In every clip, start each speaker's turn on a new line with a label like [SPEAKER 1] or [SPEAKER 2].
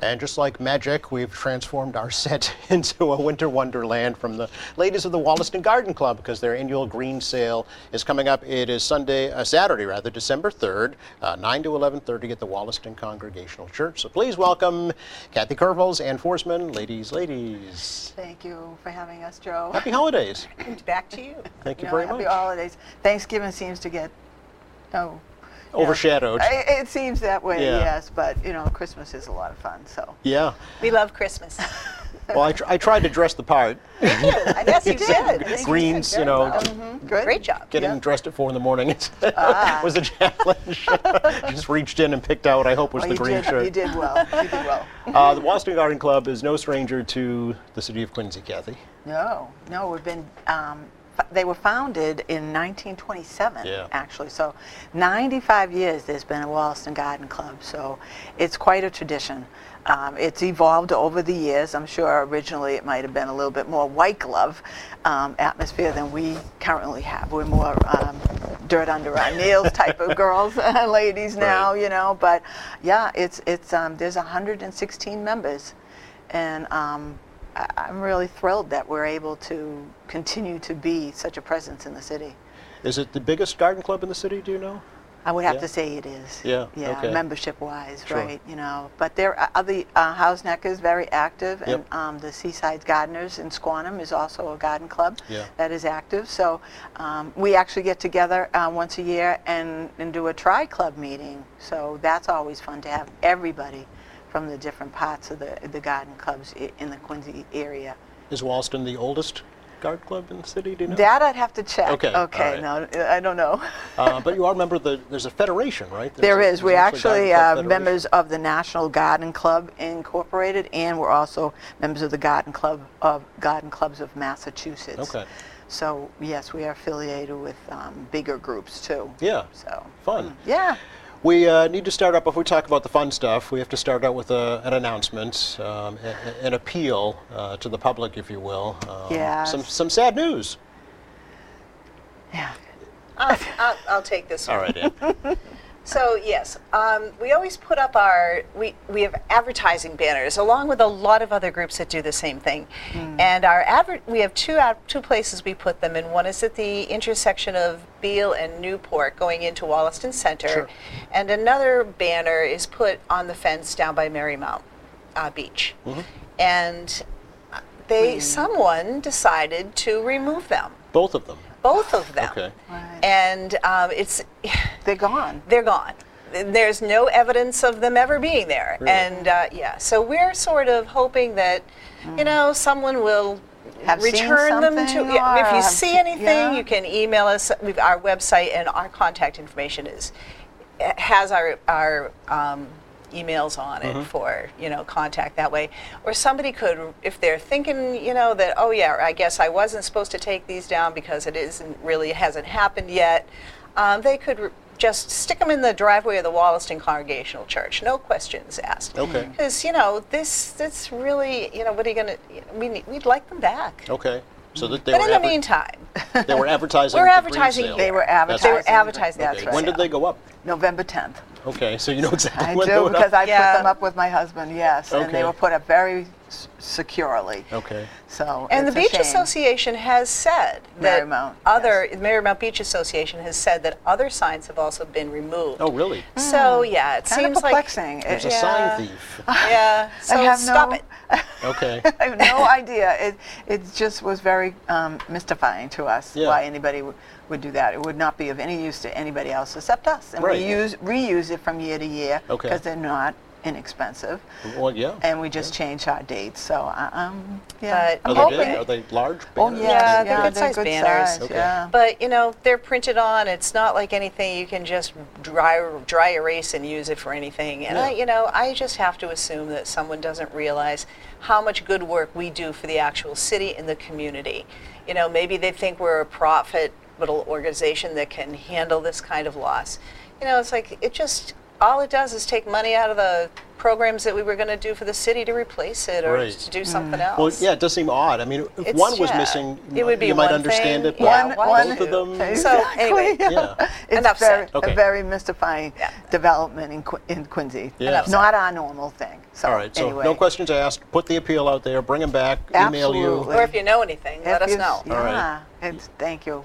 [SPEAKER 1] And just like magic, we've transformed our set into a winter wonderland from the ladies of the Wollaston Garden Club because their annual green sale is coming up. It is Sunday, uh, Saturday rather, December 3rd, uh, 9 to 11:30 at the Wollaston Congregational Church. So please welcome Kathy Kervels, Ann Forsman, ladies, ladies.
[SPEAKER 2] Thank you for having us, Joe.
[SPEAKER 1] Happy holidays.
[SPEAKER 2] And Back to you.
[SPEAKER 1] Thank you very
[SPEAKER 2] happy
[SPEAKER 1] much.
[SPEAKER 2] holidays. Thanksgiving seems to get, oh. you know,
[SPEAKER 1] Overshadowed.
[SPEAKER 2] I- It seems that way,
[SPEAKER 1] Yeah.
[SPEAKER 2] yes, but, you know, Christmas is a lot of fun, so.
[SPEAKER 1] Yeah.
[SPEAKER 3] We love Christmas.
[SPEAKER 1] Well, I, tr- I tried to dress the part.
[SPEAKER 3] I guess you did.
[SPEAKER 2] Yes, you Mm-hmm.
[SPEAKER 1] Greens, you know,
[SPEAKER 2] Good.
[SPEAKER 3] Great job.
[SPEAKER 1] getting dressed at four in the morning
[SPEAKER 2] Ah.
[SPEAKER 1] was a challenge. Just reached in and picked out what I hope was
[SPEAKER 2] Well,
[SPEAKER 1] the
[SPEAKER 2] Oh, you
[SPEAKER 1] green
[SPEAKER 2] did-
[SPEAKER 1] shirt.
[SPEAKER 2] You did well, you did well.
[SPEAKER 1] Uh, the Boston Garden Club is no stranger to the city of Quincy, Kathy.
[SPEAKER 2] No, no, we've been, um, f- they were founded in 1927,
[SPEAKER 1] Yeah.
[SPEAKER 2] actually. So 95 years there's been a Wollaston Garden Club, so it's quite a tradition. Um, it's evolved over the years. I'm sure originally it might have been a little bit more white glove um, atmosphere than we currently have. We're more um, dirt under our nails type of girls, ladies now,
[SPEAKER 1] Right.
[SPEAKER 2] you know. But yeah, it's it's um, there's 116 members, and um, I, I'm really thrilled that we're able to continue to be such a presence in the city.
[SPEAKER 1] Is it the biggest garden club in the city? Do you know?
[SPEAKER 2] I would have
[SPEAKER 1] Yeah.
[SPEAKER 2] to say it is.
[SPEAKER 1] Yeah,
[SPEAKER 2] Yeah.
[SPEAKER 1] okay.
[SPEAKER 2] Membership wise,
[SPEAKER 1] Sure.
[SPEAKER 2] right? You know, but there are other uh, Houseneck is very active,
[SPEAKER 1] Yep.
[SPEAKER 2] and um, the Seaside Gardeners in Squanum is also a garden club
[SPEAKER 1] Yeah.
[SPEAKER 2] that is active. So um, we actually get together uh, once a year and, and do a tri club meeting. So that's always fun to have everybody from the different parts of the the garden clubs i- in the Quincy area.
[SPEAKER 1] Is Walston the oldest garden club in the city? Do you know?
[SPEAKER 2] That I'd have to check.
[SPEAKER 1] Okay, all
[SPEAKER 2] Okay.
[SPEAKER 1] right.
[SPEAKER 2] No, I don't know.
[SPEAKER 1] Uh, but you are a member of the. There's a federation, right? There's
[SPEAKER 2] There
[SPEAKER 1] a-
[SPEAKER 2] is.
[SPEAKER 1] there's
[SPEAKER 2] We're
[SPEAKER 1] actually
[SPEAKER 2] actually
[SPEAKER 1] a garden
[SPEAKER 2] uh,
[SPEAKER 1] club
[SPEAKER 2] members of the National Garden Club Incorporated, and we're also members of the Garden Club of Garden Clubs of Massachusetts.
[SPEAKER 1] Okay.
[SPEAKER 2] So yes, we are affiliated with um, bigger groups too.
[SPEAKER 1] Yeah.
[SPEAKER 2] So.
[SPEAKER 1] Fun.
[SPEAKER 2] Yeah.
[SPEAKER 1] We uh, need to start out, before we talk about the fun stuff, we have to start out with a, an announcement, um, a- a- an appeal uh, to the public, if you will. Um,
[SPEAKER 2] Yes.
[SPEAKER 1] Some, some sad news.
[SPEAKER 2] Yeah.
[SPEAKER 3] I'll, I'll, I'll take this one.
[SPEAKER 1] All right, Ann.
[SPEAKER 3] So yes, um, we always put up our we we have advertising banners along with a lot of other groups that do the same thing,
[SPEAKER 1] Hmm.
[SPEAKER 3] and our adver- we have two ad- two places we put them, and one is at the intersection of Beale and Newport, going into Wollaston Center,
[SPEAKER 1] Sure.
[SPEAKER 3] and another banner is put on the fence down by Marymount uh, Beach,
[SPEAKER 1] Mm-hmm.
[SPEAKER 3] and uh, they
[SPEAKER 1] Hmm.
[SPEAKER 3] someone decided to remove them,
[SPEAKER 1] Both of them.
[SPEAKER 3] both of them,
[SPEAKER 1] Okay.
[SPEAKER 2] Right.
[SPEAKER 3] and um, it's.
[SPEAKER 2] They're gone.
[SPEAKER 3] they're gone. There's no evidence of them ever being there.
[SPEAKER 1] Really?
[SPEAKER 3] And uh, yeah, so we're sort of hoping that, you know, someone will
[SPEAKER 2] Mm. Have seen
[SPEAKER 3] return them to.
[SPEAKER 2] something
[SPEAKER 3] Yeah, if
[SPEAKER 2] or
[SPEAKER 3] you
[SPEAKER 2] have
[SPEAKER 3] see
[SPEAKER 2] se-
[SPEAKER 3] anything,
[SPEAKER 2] yeah.
[SPEAKER 3] you can email us. We've, our website and our contact information is has our our. Um, emails on
[SPEAKER 1] Mm-hmm.
[SPEAKER 3] it for you know contact that way or somebody could if they're thinking you know that oh yeah i guess i wasn't supposed to take these down because it isn't really hasn't happened yet um, they could r just stick them in the driveway of the Wollaston Congregational Church. No questions asked.
[SPEAKER 1] Okay.
[SPEAKER 3] Because you know this, this really, you know, what are you gonna? We need, we'd like them back.
[SPEAKER 1] Okay. So that Oh, they
[SPEAKER 3] But
[SPEAKER 1] were
[SPEAKER 3] in the
[SPEAKER 1] adver-
[SPEAKER 3] meantime,
[SPEAKER 1] they were advertising.
[SPEAKER 3] We're
[SPEAKER 1] the green
[SPEAKER 3] advertising
[SPEAKER 1] sale.
[SPEAKER 2] They were
[SPEAKER 1] That's
[SPEAKER 2] advertising.
[SPEAKER 3] they were advertising.
[SPEAKER 2] That's
[SPEAKER 1] Okay.
[SPEAKER 2] right.
[SPEAKER 1] When did they go up?
[SPEAKER 2] November 10th.
[SPEAKER 1] Okay, so you know exactly
[SPEAKER 2] I
[SPEAKER 1] when they
[SPEAKER 2] do
[SPEAKER 1] went
[SPEAKER 2] because I
[SPEAKER 1] up.
[SPEAKER 3] Yeah.
[SPEAKER 2] put them up with my husband. Yes, and
[SPEAKER 1] Okay.
[SPEAKER 2] they were put up very s- securely.
[SPEAKER 1] Okay.
[SPEAKER 2] So.
[SPEAKER 3] And
[SPEAKER 2] it's
[SPEAKER 3] the
[SPEAKER 2] a
[SPEAKER 3] Beach
[SPEAKER 2] shame.
[SPEAKER 3] Association has said that
[SPEAKER 2] Marymount,
[SPEAKER 3] other Marymount Beach Association has said that other signs have also been removed.
[SPEAKER 1] Oh, really?
[SPEAKER 3] So yeah, it
[SPEAKER 2] Kind of
[SPEAKER 3] seems
[SPEAKER 2] perplexing.
[SPEAKER 1] There's a
[SPEAKER 2] It-
[SPEAKER 3] Yeah.
[SPEAKER 1] sign thief.
[SPEAKER 3] like yeah. So
[SPEAKER 2] I have
[SPEAKER 3] stop
[SPEAKER 2] no-
[SPEAKER 3] it.
[SPEAKER 1] Okay.
[SPEAKER 2] I have no idea. It, it just was very um, mystifying to us
[SPEAKER 1] Yeah.
[SPEAKER 2] why anybody w- would do that. It would not be of any use to anybody else except us. And
[SPEAKER 1] Right.
[SPEAKER 2] we use, reuse it from year to year because
[SPEAKER 1] Okay.
[SPEAKER 2] they're not inexpensive.
[SPEAKER 1] Well, yeah.
[SPEAKER 2] And we just change our dates. So, I- um, yeah.
[SPEAKER 3] But-
[SPEAKER 1] are
[SPEAKER 2] I'm
[SPEAKER 1] they
[SPEAKER 2] hoping.
[SPEAKER 1] big? Are they large?
[SPEAKER 2] Oh,
[SPEAKER 1] banners?
[SPEAKER 2] yes,
[SPEAKER 3] Yeah,
[SPEAKER 2] yeah,
[SPEAKER 3] they're good-sized banners.
[SPEAKER 2] size,
[SPEAKER 1] Okay.
[SPEAKER 2] Yeah.
[SPEAKER 3] But you know, they're printed on. It's not like anything you can just dry dry erase and use it for anything. And I,
[SPEAKER 1] Yeah.
[SPEAKER 3] you know, I just have to assume that someone doesn't realize how much good work we do for the actual city and the community. You know, maybe they think we're a profit little organization that can handle this kind of loss. You know, it's like it just all it does is take money out of the programs that we were going to do for the city to replace it or
[SPEAKER 1] Right.
[SPEAKER 3] to do something
[SPEAKER 1] Mm. Well,
[SPEAKER 3] else.
[SPEAKER 1] yeah, it does seem odd. I mean, if
[SPEAKER 3] It's-
[SPEAKER 1] one was
[SPEAKER 3] yeah.
[SPEAKER 1] missing,
[SPEAKER 3] It would be
[SPEAKER 1] you might
[SPEAKER 3] one
[SPEAKER 1] understand
[SPEAKER 3] thing.
[SPEAKER 1] it, but
[SPEAKER 3] Yeah,
[SPEAKER 1] both
[SPEAKER 3] one-
[SPEAKER 1] of them.
[SPEAKER 3] So, anyway.
[SPEAKER 1] Yeah.
[SPEAKER 2] it's
[SPEAKER 3] Enough
[SPEAKER 2] very,
[SPEAKER 3] said.
[SPEAKER 1] Okay.
[SPEAKER 2] a very mystifying
[SPEAKER 3] Yeah.
[SPEAKER 2] development in, Qui- in Quincy.
[SPEAKER 1] Yeah. Enough said.
[SPEAKER 2] Not our normal thing. So
[SPEAKER 1] All right. So
[SPEAKER 2] anyway.
[SPEAKER 1] no questions asked. Put the appeal out there. Bring them back. Email you.
[SPEAKER 2] Absolutely.
[SPEAKER 3] Or if you know anything, let
[SPEAKER 2] If
[SPEAKER 3] us
[SPEAKER 2] you-
[SPEAKER 3] know.
[SPEAKER 1] All right.
[SPEAKER 2] Yeah, it's, thank you.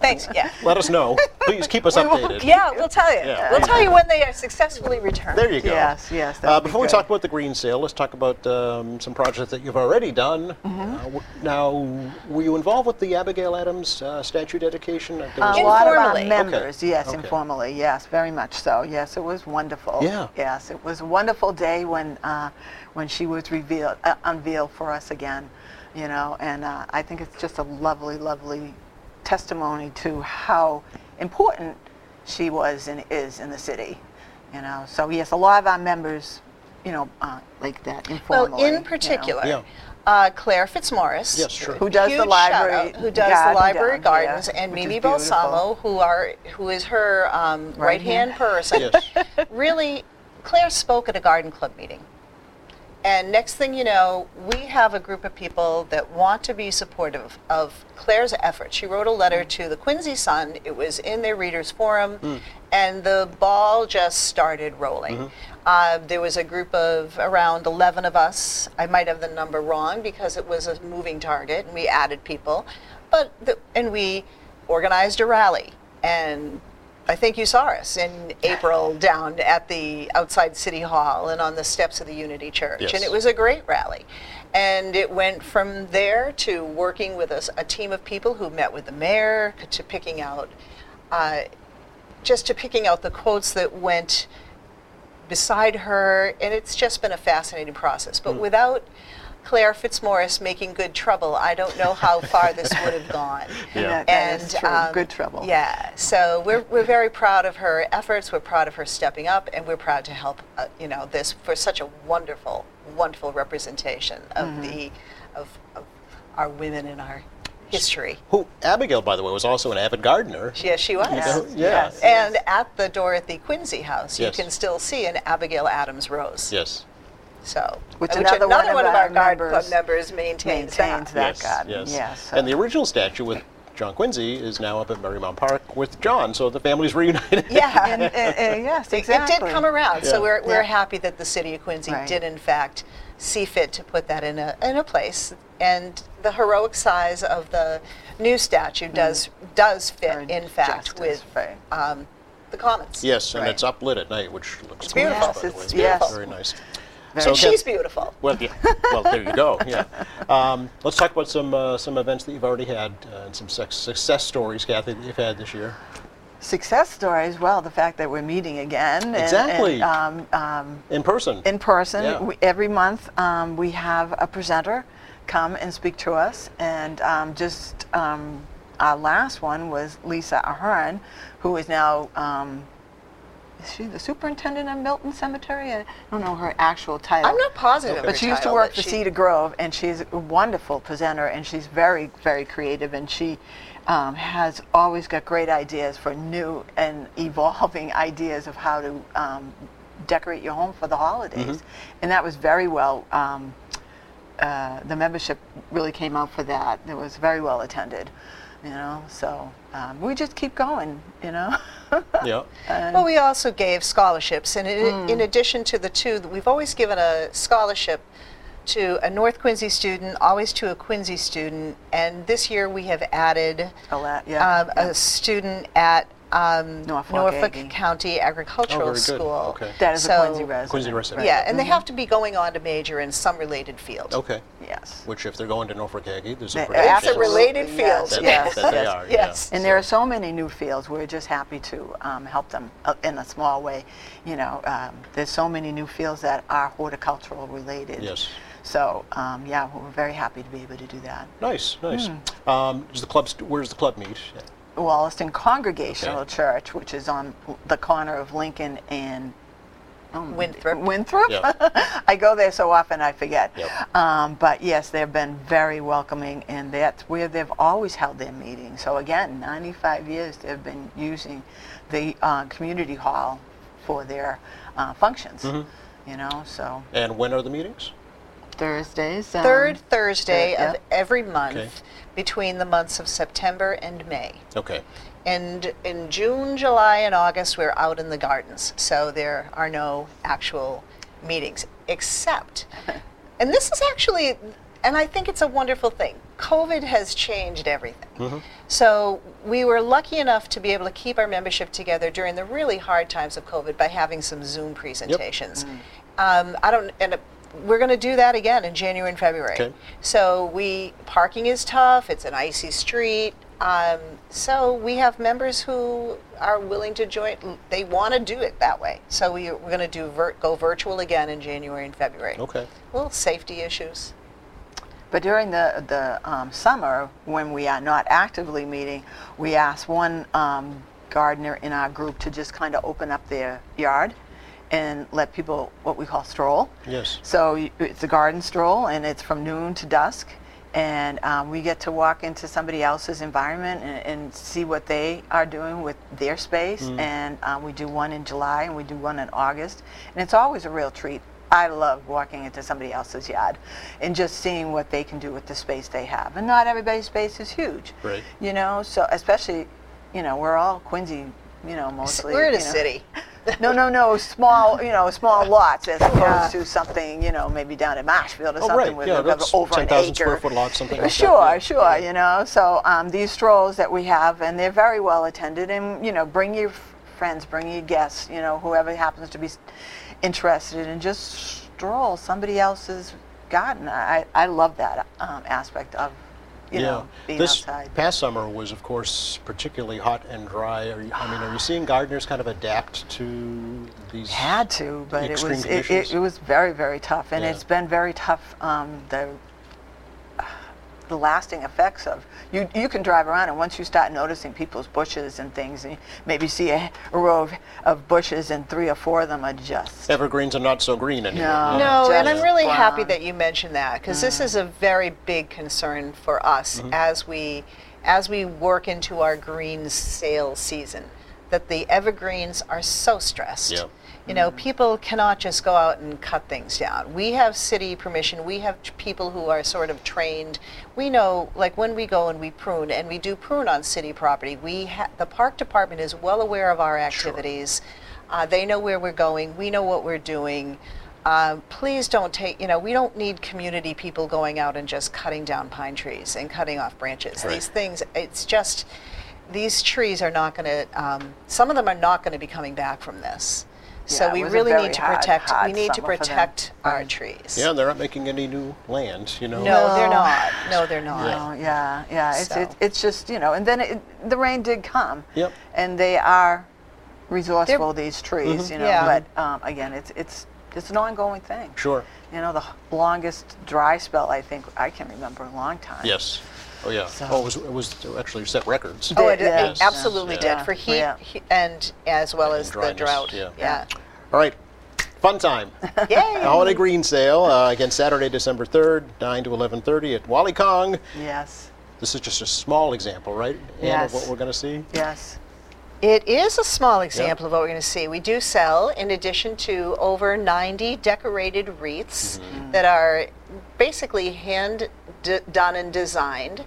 [SPEAKER 3] Thanks. Yeah.
[SPEAKER 1] Let us know. Please keep us updated.
[SPEAKER 3] Yeah, we'll tell you.
[SPEAKER 1] Yeah.
[SPEAKER 3] We'll tell you when they are successfully returned.
[SPEAKER 1] There you go.
[SPEAKER 2] Yes, yes, that
[SPEAKER 1] Uh,
[SPEAKER 2] would be
[SPEAKER 1] before we
[SPEAKER 2] good.
[SPEAKER 1] talk about the green sale, let's talk about um, some projects that you've already done.
[SPEAKER 3] Mm-hmm.
[SPEAKER 1] Uh, w- now, were you involved with the Abigail Adams uh, statue dedication? Uh, there was
[SPEAKER 2] A
[SPEAKER 1] one-
[SPEAKER 3] Um,
[SPEAKER 2] lot of our
[SPEAKER 3] Informally.
[SPEAKER 2] members,
[SPEAKER 1] Okay.
[SPEAKER 2] yes,
[SPEAKER 1] Okay.
[SPEAKER 2] informally, yes, very much so. Yes, it was wonderful.
[SPEAKER 1] Yeah.
[SPEAKER 2] Yes, it was a wonderful day when uh, when she was revealed uh, unveiled for us again, you know. And uh, I think it's just a lovely, lovely testimony to how important she was and is in the city, you know. So yes, a lot of our members, you know, uh, like that informally.
[SPEAKER 3] Well,
[SPEAKER 2] you
[SPEAKER 3] in
[SPEAKER 2] know.
[SPEAKER 3] particular,
[SPEAKER 1] Yeah.
[SPEAKER 3] uh, Claire Fitzmaurice.
[SPEAKER 1] Yes, sure.
[SPEAKER 2] Who does the
[SPEAKER 3] huge
[SPEAKER 2] library
[SPEAKER 3] shout-out, who does
[SPEAKER 2] garden
[SPEAKER 3] the library
[SPEAKER 2] down here,
[SPEAKER 3] gardens, and
[SPEAKER 2] which is
[SPEAKER 3] Mimi
[SPEAKER 2] beautiful.
[SPEAKER 3] Balsamo, who are who is her um,
[SPEAKER 2] Right
[SPEAKER 3] right
[SPEAKER 2] hand.
[SPEAKER 3] hand person.
[SPEAKER 1] Yes.
[SPEAKER 3] really, Claire spoke at a garden club meeting. And next thing you know, we have a group of people that want to be supportive of Claire's effort. She wrote a letter to the Quincy Sun. It was in their readers forum, and the ball just started rolling. Uh, there was a group of around 11 of us. I might have the number wrong because it was a moving target, and we added people, but the, and we organized a rally and I think you saw us in April down at the outside City Hall and on the steps of the Unity Church.
[SPEAKER 1] Yes.
[SPEAKER 3] And it was a great rally. And it went from there to working with us, a team of people who met with the mayor to picking out, uh, just to picking out the quotes that went beside her. And it's just been a fascinating process.
[SPEAKER 1] Mm.
[SPEAKER 3] But without Claire Fitzmaurice making good trouble, I don't know how far this would have gone
[SPEAKER 2] And
[SPEAKER 1] Yeah.
[SPEAKER 2] that, that is true.
[SPEAKER 3] um,
[SPEAKER 2] good trouble.
[SPEAKER 3] Yeah. So we're, we're very proud of her efforts. We're proud of her stepping up, and we're proud to help. Uh, you know, this for such a wonderful, wonderful representation of
[SPEAKER 2] Mm-hmm.
[SPEAKER 3] the of, of our women in our history.
[SPEAKER 1] Who Abigail, by the way, was also an avid gardener.
[SPEAKER 3] Yes, she was.
[SPEAKER 2] Yes,
[SPEAKER 1] know, yeah.
[SPEAKER 2] yes,
[SPEAKER 3] And
[SPEAKER 2] yes.
[SPEAKER 3] at the Dorothy Quincy house,
[SPEAKER 1] Yes.
[SPEAKER 3] you can still see an Abigail Adams rose.
[SPEAKER 1] Yes.
[SPEAKER 3] So,
[SPEAKER 2] Which another one of our
[SPEAKER 3] garden club
[SPEAKER 2] members
[SPEAKER 3] members maintains, that.
[SPEAKER 2] maintains that
[SPEAKER 1] yes,
[SPEAKER 2] garden.
[SPEAKER 1] Yes.
[SPEAKER 2] Yes.
[SPEAKER 1] And the original statue with John Quincy is now up at Marymount Park with John, so the family's reunited.
[SPEAKER 3] Yeah.
[SPEAKER 2] and, and, and yes,
[SPEAKER 3] It-
[SPEAKER 2] exactly.
[SPEAKER 3] It did come around,
[SPEAKER 1] Yeah.
[SPEAKER 3] so we're, we're
[SPEAKER 2] Yeah.
[SPEAKER 3] happy that the city of Quincy
[SPEAKER 2] Right.
[SPEAKER 3] did in fact see fit to put that in a, in a place. And the heroic size of the new statue
[SPEAKER 2] Mm.
[SPEAKER 3] does, does
[SPEAKER 2] For
[SPEAKER 3] fit in fact
[SPEAKER 2] justice,
[SPEAKER 3] with
[SPEAKER 2] right.
[SPEAKER 3] um, the commons.
[SPEAKER 1] Yes, and
[SPEAKER 2] Right.
[SPEAKER 1] it's uplit at night, which looks
[SPEAKER 3] It's
[SPEAKER 1] gorgeous,
[SPEAKER 3] beautiful.
[SPEAKER 1] by the
[SPEAKER 2] Yes,
[SPEAKER 1] way.
[SPEAKER 2] it's-
[SPEAKER 1] beautiful.
[SPEAKER 2] yes.
[SPEAKER 1] Very nice.
[SPEAKER 2] Very
[SPEAKER 1] So,
[SPEAKER 2] nice.
[SPEAKER 1] Kath-
[SPEAKER 3] She's beautiful.
[SPEAKER 1] Well, yeah. well, there you go. Yeah. Um, let's talk about some uh, some events that you've already had uh, and some sex- success stories, Kathy, that you've had this year.
[SPEAKER 2] Success stories. Well, the fact that we're meeting again. and- and,
[SPEAKER 1] Exactly.
[SPEAKER 2] um, um,
[SPEAKER 1] In person.
[SPEAKER 2] in person.
[SPEAKER 1] Yeah.
[SPEAKER 2] We, every month, um, we have a presenter come and speak to us. And um, just um, our last one was Lisa Ahern, who is now. Um, is she the superintendent of Milton Cemetery? I don't know her actual title.
[SPEAKER 3] I'm not positive. of
[SPEAKER 2] But
[SPEAKER 3] her
[SPEAKER 2] she used to
[SPEAKER 3] title,
[SPEAKER 2] work
[SPEAKER 3] but
[SPEAKER 2] for
[SPEAKER 3] she-
[SPEAKER 2] Cedar Grove, and she's a wonderful presenter, and she's very, very creative, and she um, has always got great ideas for new and evolving ideas of how to um, decorate your home for the holidays. And that was very well. Um, uh, the membership really came out for that. It was very well attended, you know. So um, we just keep going, you know.
[SPEAKER 1] yeah.
[SPEAKER 3] Well, we also gave scholarships, and in,
[SPEAKER 2] Mm.
[SPEAKER 3] in addition to the two, that we've always given a scholarship to a North Quincy student, always to a Quincy student, and this year we have added
[SPEAKER 2] A lot, yeah,
[SPEAKER 3] um, a student at um,
[SPEAKER 2] Norfolk Aggie.
[SPEAKER 3] County Agricultural
[SPEAKER 1] Oh, very good.
[SPEAKER 3] School.
[SPEAKER 1] Okay.
[SPEAKER 2] that is
[SPEAKER 3] So-
[SPEAKER 2] a Quincy Mm-hmm. resident.
[SPEAKER 1] Quincy resident.
[SPEAKER 3] Yeah, and they have to be going on to major in some related field.
[SPEAKER 1] Okay.
[SPEAKER 2] Yes.
[SPEAKER 1] Which, if they're going to Norfolk Aggie, there's
[SPEAKER 2] Yeah,
[SPEAKER 1] a pretty good
[SPEAKER 3] That's a
[SPEAKER 1] chance
[SPEAKER 2] relate- Yes,
[SPEAKER 3] related field.
[SPEAKER 1] that,
[SPEAKER 2] yes,
[SPEAKER 1] that they
[SPEAKER 2] yes,
[SPEAKER 1] are.
[SPEAKER 3] yes.
[SPEAKER 1] Yeah.
[SPEAKER 2] And there are so many new fields. We're just happy to um, help them uh, in a small way. You know, um, there's so many new fields that are horticultural related.
[SPEAKER 1] Yes.
[SPEAKER 2] So um, yeah, we're very happy to be able to do that.
[SPEAKER 1] Nice, nice. Um, does the club? St- where does the club meet?
[SPEAKER 2] Wollaston Congregational
[SPEAKER 1] Okay.
[SPEAKER 2] Church, which is on the corner of Lincoln and um,
[SPEAKER 3] Winthrop.
[SPEAKER 2] Winthrop. I go there so often I forget.
[SPEAKER 1] Yep.
[SPEAKER 2] Um, but yes, they've been very welcoming, and that's where they've always held their meetings. So again, 95 years they've been using the uh, community hall for their uh, functions. you know, so
[SPEAKER 1] And when are the meetings?
[SPEAKER 2] Thursdays. um,
[SPEAKER 3] Third Thursday
[SPEAKER 2] third,
[SPEAKER 3] of
[SPEAKER 2] yeah.
[SPEAKER 3] every month
[SPEAKER 1] Okay.
[SPEAKER 3] between the months of September and May.
[SPEAKER 1] Okay.
[SPEAKER 3] And in June, July, and August, we're out in the gardens, so there are no actual meetings, except, and this is actually, and I think it's a wonderful thing. COVID has changed everything. So we were lucky enough to be able to keep our membership together during the really hard times of COVID by having some Zoom presentations. Um, I don't, and uh, we're going to do that again in January and February.
[SPEAKER 1] Okay.
[SPEAKER 3] So we parking is tough. It's an icy street. Um, so we have members who are willing to join. They want to do it that way. So we, we're going to do vir- go virtual again in January and February.
[SPEAKER 1] Okay.
[SPEAKER 3] Little safety issues.
[SPEAKER 2] But during the, the um, summer, when we are not actively meeting, we ask one um, gardener in our group to just kind of open up their yard and let people, what we call stroll.
[SPEAKER 1] Yes.
[SPEAKER 2] So y- it's a garden stroll, and it's from noon to dusk. And um, we get to walk into somebody else's environment and, and see what they are doing with their space. And um, we do one in July and we do one in August. And it's always a real treat. I love walking into somebody else's yard and just seeing what they can do with the space they have. And not everybody's space is huge.
[SPEAKER 1] Right.
[SPEAKER 2] You know, so especially, you know, we're all Quincy, you know,
[SPEAKER 3] S-
[SPEAKER 2] mostly.
[SPEAKER 3] we're in a
[SPEAKER 2] you know.
[SPEAKER 3] city.
[SPEAKER 2] No, no, no, small, you know, small lots as opposed to something, you know, maybe down in Marshfield or
[SPEAKER 1] Oh,
[SPEAKER 2] something
[SPEAKER 1] right.
[SPEAKER 2] with
[SPEAKER 1] Yeah,
[SPEAKER 2] a-
[SPEAKER 1] that's
[SPEAKER 2] over an
[SPEAKER 1] 10,000 square
[SPEAKER 2] acre.
[SPEAKER 1] foot lot, something like that,
[SPEAKER 2] Sure,
[SPEAKER 1] yeah.
[SPEAKER 2] sure, you know, so um, these strolls that we have, and they're very well attended, and, you know, bring your f- friends, bring your guests, you know, whoever happens to be s- interested, and just stroll somebody else's garden. I, I love that um, aspect of, you know, being
[SPEAKER 1] this
[SPEAKER 2] outside.
[SPEAKER 1] past summer was, of course, particularly hot and dry. Are you, I mean, are you seeing gardeners kind of adapt to these?
[SPEAKER 2] had to, but it
[SPEAKER 1] extreme
[SPEAKER 2] was it,
[SPEAKER 1] conditions.
[SPEAKER 2] it, it was very very tough, and
[SPEAKER 1] Yeah.
[SPEAKER 2] it's been very tough. Um, the the lasting effects of you you can drive around and once you start noticing people's bushes and things and you maybe see a, a row of, of bushes and three or four of them are just
[SPEAKER 1] Evergreens are not so green anymore.
[SPEAKER 2] No.
[SPEAKER 3] No, and I'm
[SPEAKER 2] Just
[SPEAKER 3] really happy
[SPEAKER 2] brown.
[SPEAKER 3] that you mentioned that because this is a very big concern for us as we as we work into our green sale season. That the evergreens are so stressed.
[SPEAKER 1] Yeah.
[SPEAKER 3] You know, people cannot just go out and cut things down. We have city permission. We have t- people who are sort of trained. We know, like when we go and we prune, and we do prune on city property. We ha- the park department is well aware of our activities. Uh, they know where we're going. We know what we're doing. Um, please don't take, you know, we don't need community people going out and just cutting down pine trees and cutting off branches.
[SPEAKER 1] Right.
[SPEAKER 3] These things, it's just, these trees are not going to, um, some of them are not going to be coming back from this.
[SPEAKER 2] Yeah,
[SPEAKER 3] so
[SPEAKER 2] it
[SPEAKER 3] we
[SPEAKER 2] was a
[SPEAKER 3] really
[SPEAKER 2] very
[SPEAKER 3] need to
[SPEAKER 2] hard,
[SPEAKER 3] protect,
[SPEAKER 2] hard
[SPEAKER 3] we need to
[SPEAKER 2] summer for them.
[SPEAKER 3] protect our trees.
[SPEAKER 1] Yeah, they're not making any new land, you know?
[SPEAKER 3] No, they're
[SPEAKER 2] No.
[SPEAKER 3] not. No, they're not.
[SPEAKER 2] No, yeah, yeah. It's,
[SPEAKER 3] So.
[SPEAKER 2] it's, it's just, you know, and then it, the rain did come.
[SPEAKER 1] Yep.
[SPEAKER 2] And they are resourceful, these trees,
[SPEAKER 1] Mm-hmm.
[SPEAKER 2] you know.
[SPEAKER 3] Yeah.
[SPEAKER 2] But um, again, it's, it's, it's an ongoing thing.
[SPEAKER 1] Sure.
[SPEAKER 2] You know, the longest dry spell I think I can remember a long time.
[SPEAKER 1] Yes. Oh, yeah.
[SPEAKER 2] So-
[SPEAKER 1] Oh, it was, it was it actually set records.
[SPEAKER 3] Oh, it, it
[SPEAKER 2] Yes.
[SPEAKER 3] absolutely
[SPEAKER 1] Yeah.
[SPEAKER 3] did for heat,
[SPEAKER 2] Yeah.
[SPEAKER 3] he- and as well as the
[SPEAKER 1] dryness,
[SPEAKER 3] drought.
[SPEAKER 1] yeah.
[SPEAKER 3] yeah.
[SPEAKER 1] All right. Fun time.
[SPEAKER 3] Yay!
[SPEAKER 1] The Holiday Green Sale, uh, again, Saturday, December 3rd, 9 to 11.30 at Wally Kong.
[SPEAKER 2] Yes.
[SPEAKER 1] This is just a small example, right, Ann,
[SPEAKER 2] Yes.
[SPEAKER 1] of what we're going to see?
[SPEAKER 2] Yes.
[SPEAKER 3] It is a small example of what we're going to see. We do sell, in addition to over 90 decorated wreaths that are basically hand d- done and designed.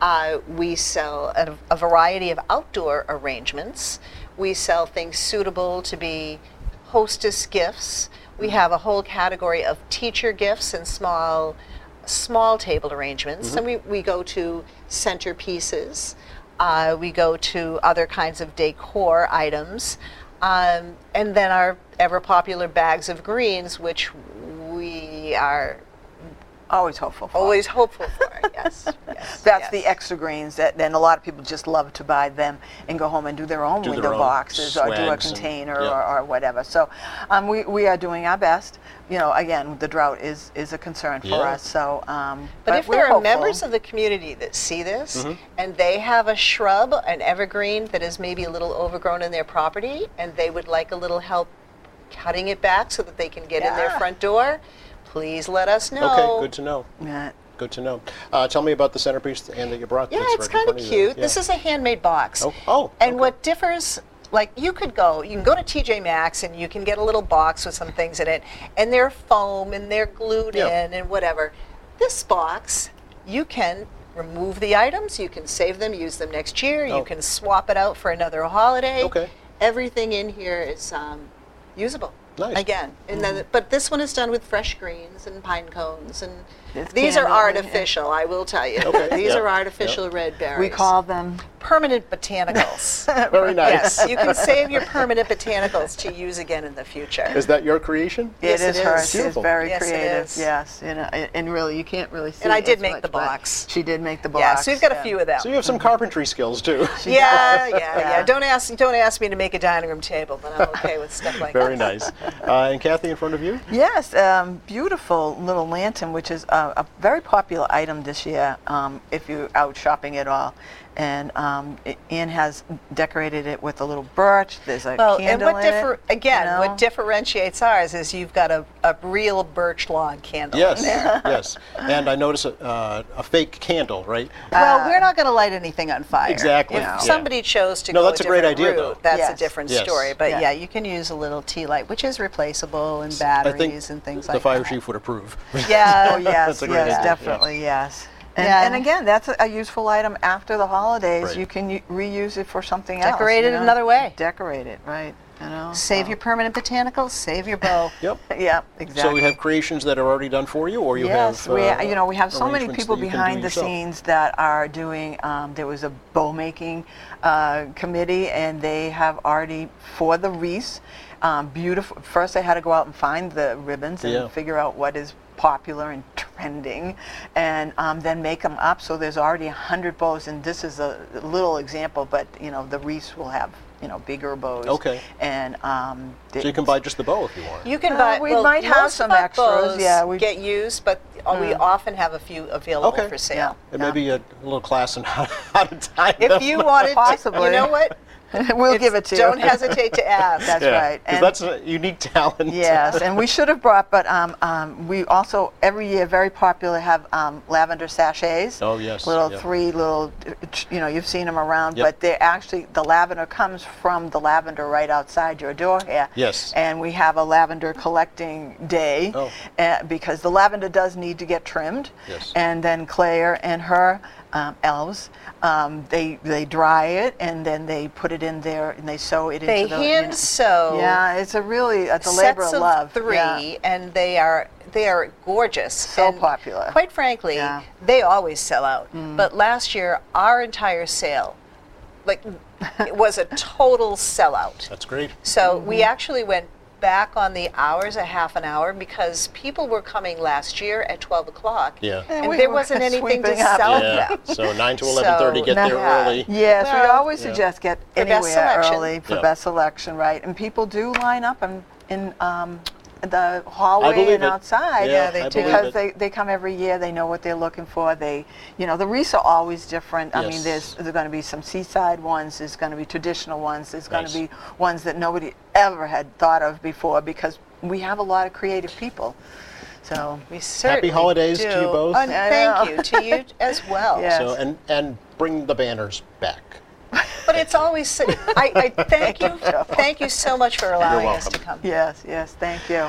[SPEAKER 3] Uh, we sell a, a variety of outdoor arrangements. We sell things suitable to be hostess gifts. We have a whole category of teacher gifts and small small table arrangements. And we, we go to centerpieces. Uh, we go to other kinds of decor items. Um, and then our ever popular bags of greens, which we are
[SPEAKER 2] Always hopeful. For.
[SPEAKER 3] always hopeful for. yes. yes,
[SPEAKER 2] That's
[SPEAKER 3] yes.
[SPEAKER 2] the extra greens that then a lot of people just love to buy them and go home and do their own
[SPEAKER 1] Do their
[SPEAKER 2] window
[SPEAKER 1] own
[SPEAKER 2] boxes or do a
[SPEAKER 1] swags and-
[SPEAKER 2] container
[SPEAKER 1] yeah.
[SPEAKER 2] or, or whatever. So um, we, we are doing our best. You know, again, the drought is, is a concern for
[SPEAKER 1] Yeah.
[SPEAKER 2] us. So, um,
[SPEAKER 3] But, if there
[SPEAKER 2] we're
[SPEAKER 3] are members
[SPEAKER 2] hopeful.
[SPEAKER 3] of the community that see this and they have a shrub, an evergreen that is maybe a little overgrown in their property, and they would like a little help cutting it back so that they can get in their
[SPEAKER 2] Yeah.
[SPEAKER 3] front door, please let us know.
[SPEAKER 1] Okay, good to know.
[SPEAKER 2] Yeah.
[SPEAKER 1] Good to know. Uh, tell me about the centerpiece and that you brought.
[SPEAKER 3] Yeah,
[SPEAKER 1] that's
[SPEAKER 3] it's
[SPEAKER 1] right in
[SPEAKER 3] kind of
[SPEAKER 1] front you there.
[SPEAKER 3] cute. This
[SPEAKER 1] Yeah.
[SPEAKER 3] is a handmade box.
[SPEAKER 1] Oh, oh,
[SPEAKER 3] and
[SPEAKER 1] okay.
[SPEAKER 3] what differs Like you could go, you can go to TJ Maxx and you can get a little box with some things in it, and they're foam and they're glued
[SPEAKER 1] Yeah.
[SPEAKER 3] in and whatever. This box, you can remove the items, you can save them, use them next year,
[SPEAKER 1] Oh.
[SPEAKER 3] you can swap it out for another holiday.
[SPEAKER 1] Okay.
[SPEAKER 3] Everything in here is um, usable.
[SPEAKER 1] Nice. Mm-hmm.
[SPEAKER 3] Again, and then but this one is done with fresh greens and pine cones, and
[SPEAKER 2] It's
[SPEAKER 3] these are
[SPEAKER 2] candy, yeah.
[SPEAKER 3] artificial. I will tell you,
[SPEAKER 1] Okay,
[SPEAKER 3] these
[SPEAKER 1] yeah,
[SPEAKER 3] are artificial red berries.
[SPEAKER 2] We call them
[SPEAKER 3] permanent botanicals.
[SPEAKER 1] Very nice.
[SPEAKER 3] yes, you can save your permanent botanicals to use again in the future.
[SPEAKER 1] Is that your creation?
[SPEAKER 3] Yes,
[SPEAKER 2] it is,
[SPEAKER 3] it
[SPEAKER 2] hers.
[SPEAKER 3] is.
[SPEAKER 2] She's
[SPEAKER 1] Beautiful.
[SPEAKER 2] very
[SPEAKER 3] Yes, it
[SPEAKER 2] creative.
[SPEAKER 3] is.
[SPEAKER 2] Yes, you know, and uh, and really, you can't really see.
[SPEAKER 3] I did
[SPEAKER 2] as
[SPEAKER 3] make
[SPEAKER 2] much,
[SPEAKER 3] the
[SPEAKER 2] but
[SPEAKER 3] box.
[SPEAKER 2] She did make the box.
[SPEAKER 3] Yeah, so you've got a
[SPEAKER 2] yeah.
[SPEAKER 3] few of them.
[SPEAKER 1] So you have some carpentry skills too.
[SPEAKER 3] yeah, yeah, yeah,
[SPEAKER 2] Yeah.
[SPEAKER 3] Don't ask, don't ask me to make a dining room table, but I'm okay with stuff like
[SPEAKER 1] Very
[SPEAKER 3] that.
[SPEAKER 1] nice. Uh, and Kathy, in front of you?
[SPEAKER 2] Yes, um, beautiful little lantern, which is a, a very popular item this year um, if you're out shopping at all. And um, I- Anne has decorated it with a little birch. There's a
[SPEAKER 3] Well, and
[SPEAKER 2] candle
[SPEAKER 3] what
[SPEAKER 2] in
[SPEAKER 3] differ-
[SPEAKER 2] it, you
[SPEAKER 3] again,
[SPEAKER 2] know.
[SPEAKER 3] what differentiates ours is you've got a, a real birch log candle.
[SPEAKER 1] Yes, yes. And I notice a, uh, a fake candle, right?
[SPEAKER 2] Uh,
[SPEAKER 3] Well, we're not going to light anything on fire.
[SPEAKER 1] Exactly,
[SPEAKER 3] If
[SPEAKER 1] yeah.
[SPEAKER 3] somebody chose to
[SPEAKER 1] No,
[SPEAKER 3] go
[SPEAKER 1] that's a great
[SPEAKER 3] different
[SPEAKER 1] idea,
[SPEAKER 3] route,
[SPEAKER 1] though.
[SPEAKER 3] That's
[SPEAKER 2] Yes.
[SPEAKER 3] a different
[SPEAKER 1] Yes.
[SPEAKER 3] story. But
[SPEAKER 2] Yeah.
[SPEAKER 3] yeah. you can use a little tea light, which is replaceable and
[SPEAKER 1] I
[SPEAKER 3] batteries
[SPEAKER 1] think
[SPEAKER 3] and things
[SPEAKER 1] the
[SPEAKER 3] like
[SPEAKER 1] fire
[SPEAKER 3] that.
[SPEAKER 1] chief would approve.
[SPEAKER 3] Yeah.
[SPEAKER 2] Oh, yes,
[SPEAKER 1] a great idea,
[SPEAKER 2] yes,
[SPEAKER 1] yeah.
[SPEAKER 2] definitely, yes. And,
[SPEAKER 3] Yeah.
[SPEAKER 2] and again, that's a, a useful item after the holidays.
[SPEAKER 1] Right.
[SPEAKER 2] You can u- reuse it for something else.
[SPEAKER 3] Decorate
[SPEAKER 2] you
[SPEAKER 3] it
[SPEAKER 2] know?
[SPEAKER 3] another way.
[SPEAKER 2] Decorate it, right? You know.
[SPEAKER 3] Save your permanent botanicals. Save your bow.
[SPEAKER 1] Yep.
[SPEAKER 2] Yeah,
[SPEAKER 1] So
[SPEAKER 2] exactly.
[SPEAKER 1] you have creations that are already done for you, or you
[SPEAKER 2] yes,
[SPEAKER 1] have.
[SPEAKER 2] we,
[SPEAKER 1] uh,
[SPEAKER 2] you know, we have so many
[SPEAKER 1] arrangements
[SPEAKER 2] people
[SPEAKER 1] that you can do
[SPEAKER 2] behind the
[SPEAKER 1] yourself?
[SPEAKER 2] scenes that are doing. Um, there was a bow making uh, committee, and they have already for the wreaths. Um, beautiful. First, they had to go out and find the ribbons and
[SPEAKER 1] Yeah.
[SPEAKER 2] figure out what is popular and trending, and um, then make them up. So there's already a hundred bows, and this is a little example, but you know, the wreaths will have you know bigger bows.
[SPEAKER 1] Okay.
[SPEAKER 2] And um,
[SPEAKER 1] So you can buy just the bow if you want.
[SPEAKER 3] You can
[SPEAKER 2] Uh,
[SPEAKER 3] buy.
[SPEAKER 2] we
[SPEAKER 3] well,
[SPEAKER 2] might have
[SPEAKER 3] most of
[SPEAKER 2] some
[SPEAKER 3] our
[SPEAKER 2] extras,
[SPEAKER 3] bows
[SPEAKER 2] yeah, we-
[SPEAKER 3] get used, but uh, we often have a few available
[SPEAKER 1] Okay.
[SPEAKER 3] for sale.
[SPEAKER 1] and maybe a little class on how, how to tie them.
[SPEAKER 3] If you wanted, to,
[SPEAKER 2] Possibly.
[SPEAKER 3] you know what?
[SPEAKER 2] we'll give it to you.
[SPEAKER 3] Don't hesitate to ask.
[SPEAKER 2] That's
[SPEAKER 1] yeah,
[SPEAKER 2] right.
[SPEAKER 1] 'cause
[SPEAKER 2] And-
[SPEAKER 1] that's a unique talent.
[SPEAKER 2] Yes, and we should have brought, but um, um, we also every year very popular have um, lavender sachets.
[SPEAKER 1] Oh, yes,
[SPEAKER 2] little
[SPEAKER 1] yeah.
[SPEAKER 2] three little, you know, you've seen them around,
[SPEAKER 1] Yep.
[SPEAKER 2] but they're actually the lavender comes from the lavender right outside your door here.
[SPEAKER 1] Yes.
[SPEAKER 2] and we have a lavender collecting day
[SPEAKER 1] Oh.
[SPEAKER 2] uh, because the lavender does need to get trimmed.
[SPEAKER 1] Yes.
[SPEAKER 2] and then Claire and her. Um, elves, um, they they dry it and then they put it in there and they sew it
[SPEAKER 3] They
[SPEAKER 2] into the you know-
[SPEAKER 3] hand sew.
[SPEAKER 2] yeah, it's a really it's a labor
[SPEAKER 3] sets
[SPEAKER 2] of
[SPEAKER 3] of
[SPEAKER 2] love.
[SPEAKER 3] three,
[SPEAKER 2] yeah.
[SPEAKER 3] and they are they are gorgeous.
[SPEAKER 2] So
[SPEAKER 3] and
[SPEAKER 2] popular.
[SPEAKER 3] Quite frankly,
[SPEAKER 2] Yeah. Mm.
[SPEAKER 3] they always sell out. But last year, our entire sale, like, it was a total sellout.
[SPEAKER 1] That's great.
[SPEAKER 3] So
[SPEAKER 2] Mm-hmm.
[SPEAKER 3] we actually went back on the hours a half an hour because people were coming last year at 12 o'clock
[SPEAKER 1] Yeah.
[SPEAKER 2] And
[SPEAKER 3] and,
[SPEAKER 2] we
[SPEAKER 3] there
[SPEAKER 2] were
[SPEAKER 3] wasn't anything to
[SPEAKER 2] sweeping up.
[SPEAKER 3] sell
[SPEAKER 1] yeah.
[SPEAKER 3] them
[SPEAKER 1] So 9 to 11:30,
[SPEAKER 3] So,
[SPEAKER 1] get there
[SPEAKER 3] yeah.
[SPEAKER 1] early.
[SPEAKER 2] Yes, we
[SPEAKER 3] Well-
[SPEAKER 2] always
[SPEAKER 1] Yeah.
[SPEAKER 2] suggest get
[SPEAKER 3] For best
[SPEAKER 2] anywhere
[SPEAKER 3] selection.
[SPEAKER 2] early for
[SPEAKER 1] Yeah.
[SPEAKER 2] best selection, right? And people do line up in, in um, the hallway
[SPEAKER 1] believe
[SPEAKER 2] and
[SPEAKER 1] it.
[SPEAKER 2] outside.
[SPEAKER 1] Yeah, Yeah, they I do. believe
[SPEAKER 2] Because
[SPEAKER 1] it.
[SPEAKER 2] they, they come every year, they know what they're looking for. They, you know, the wreaths are always different. I mean,
[SPEAKER 1] Yes.
[SPEAKER 2] there's, there's going to be some seaside ones, there's going to be traditional ones, there's going
[SPEAKER 1] Nice.
[SPEAKER 2] to be ones that nobody ever had thought of before because we have a lot of creative people. So,
[SPEAKER 3] we certainly
[SPEAKER 1] holidays
[SPEAKER 3] do.
[SPEAKER 1] to you both.
[SPEAKER 3] and
[SPEAKER 2] I
[SPEAKER 3] thank
[SPEAKER 2] know.
[SPEAKER 3] you to you as well
[SPEAKER 2] Yeah.
[SPEAKER 1] So and and bring the banners back.
[SPEAKER 3] but it's always so- I, I thank you thank you so much for allowing us to
[SPEAKER 1] welcome.
[SPEAKER 3] come
[SPEAKER 2] yes, yes, thank you.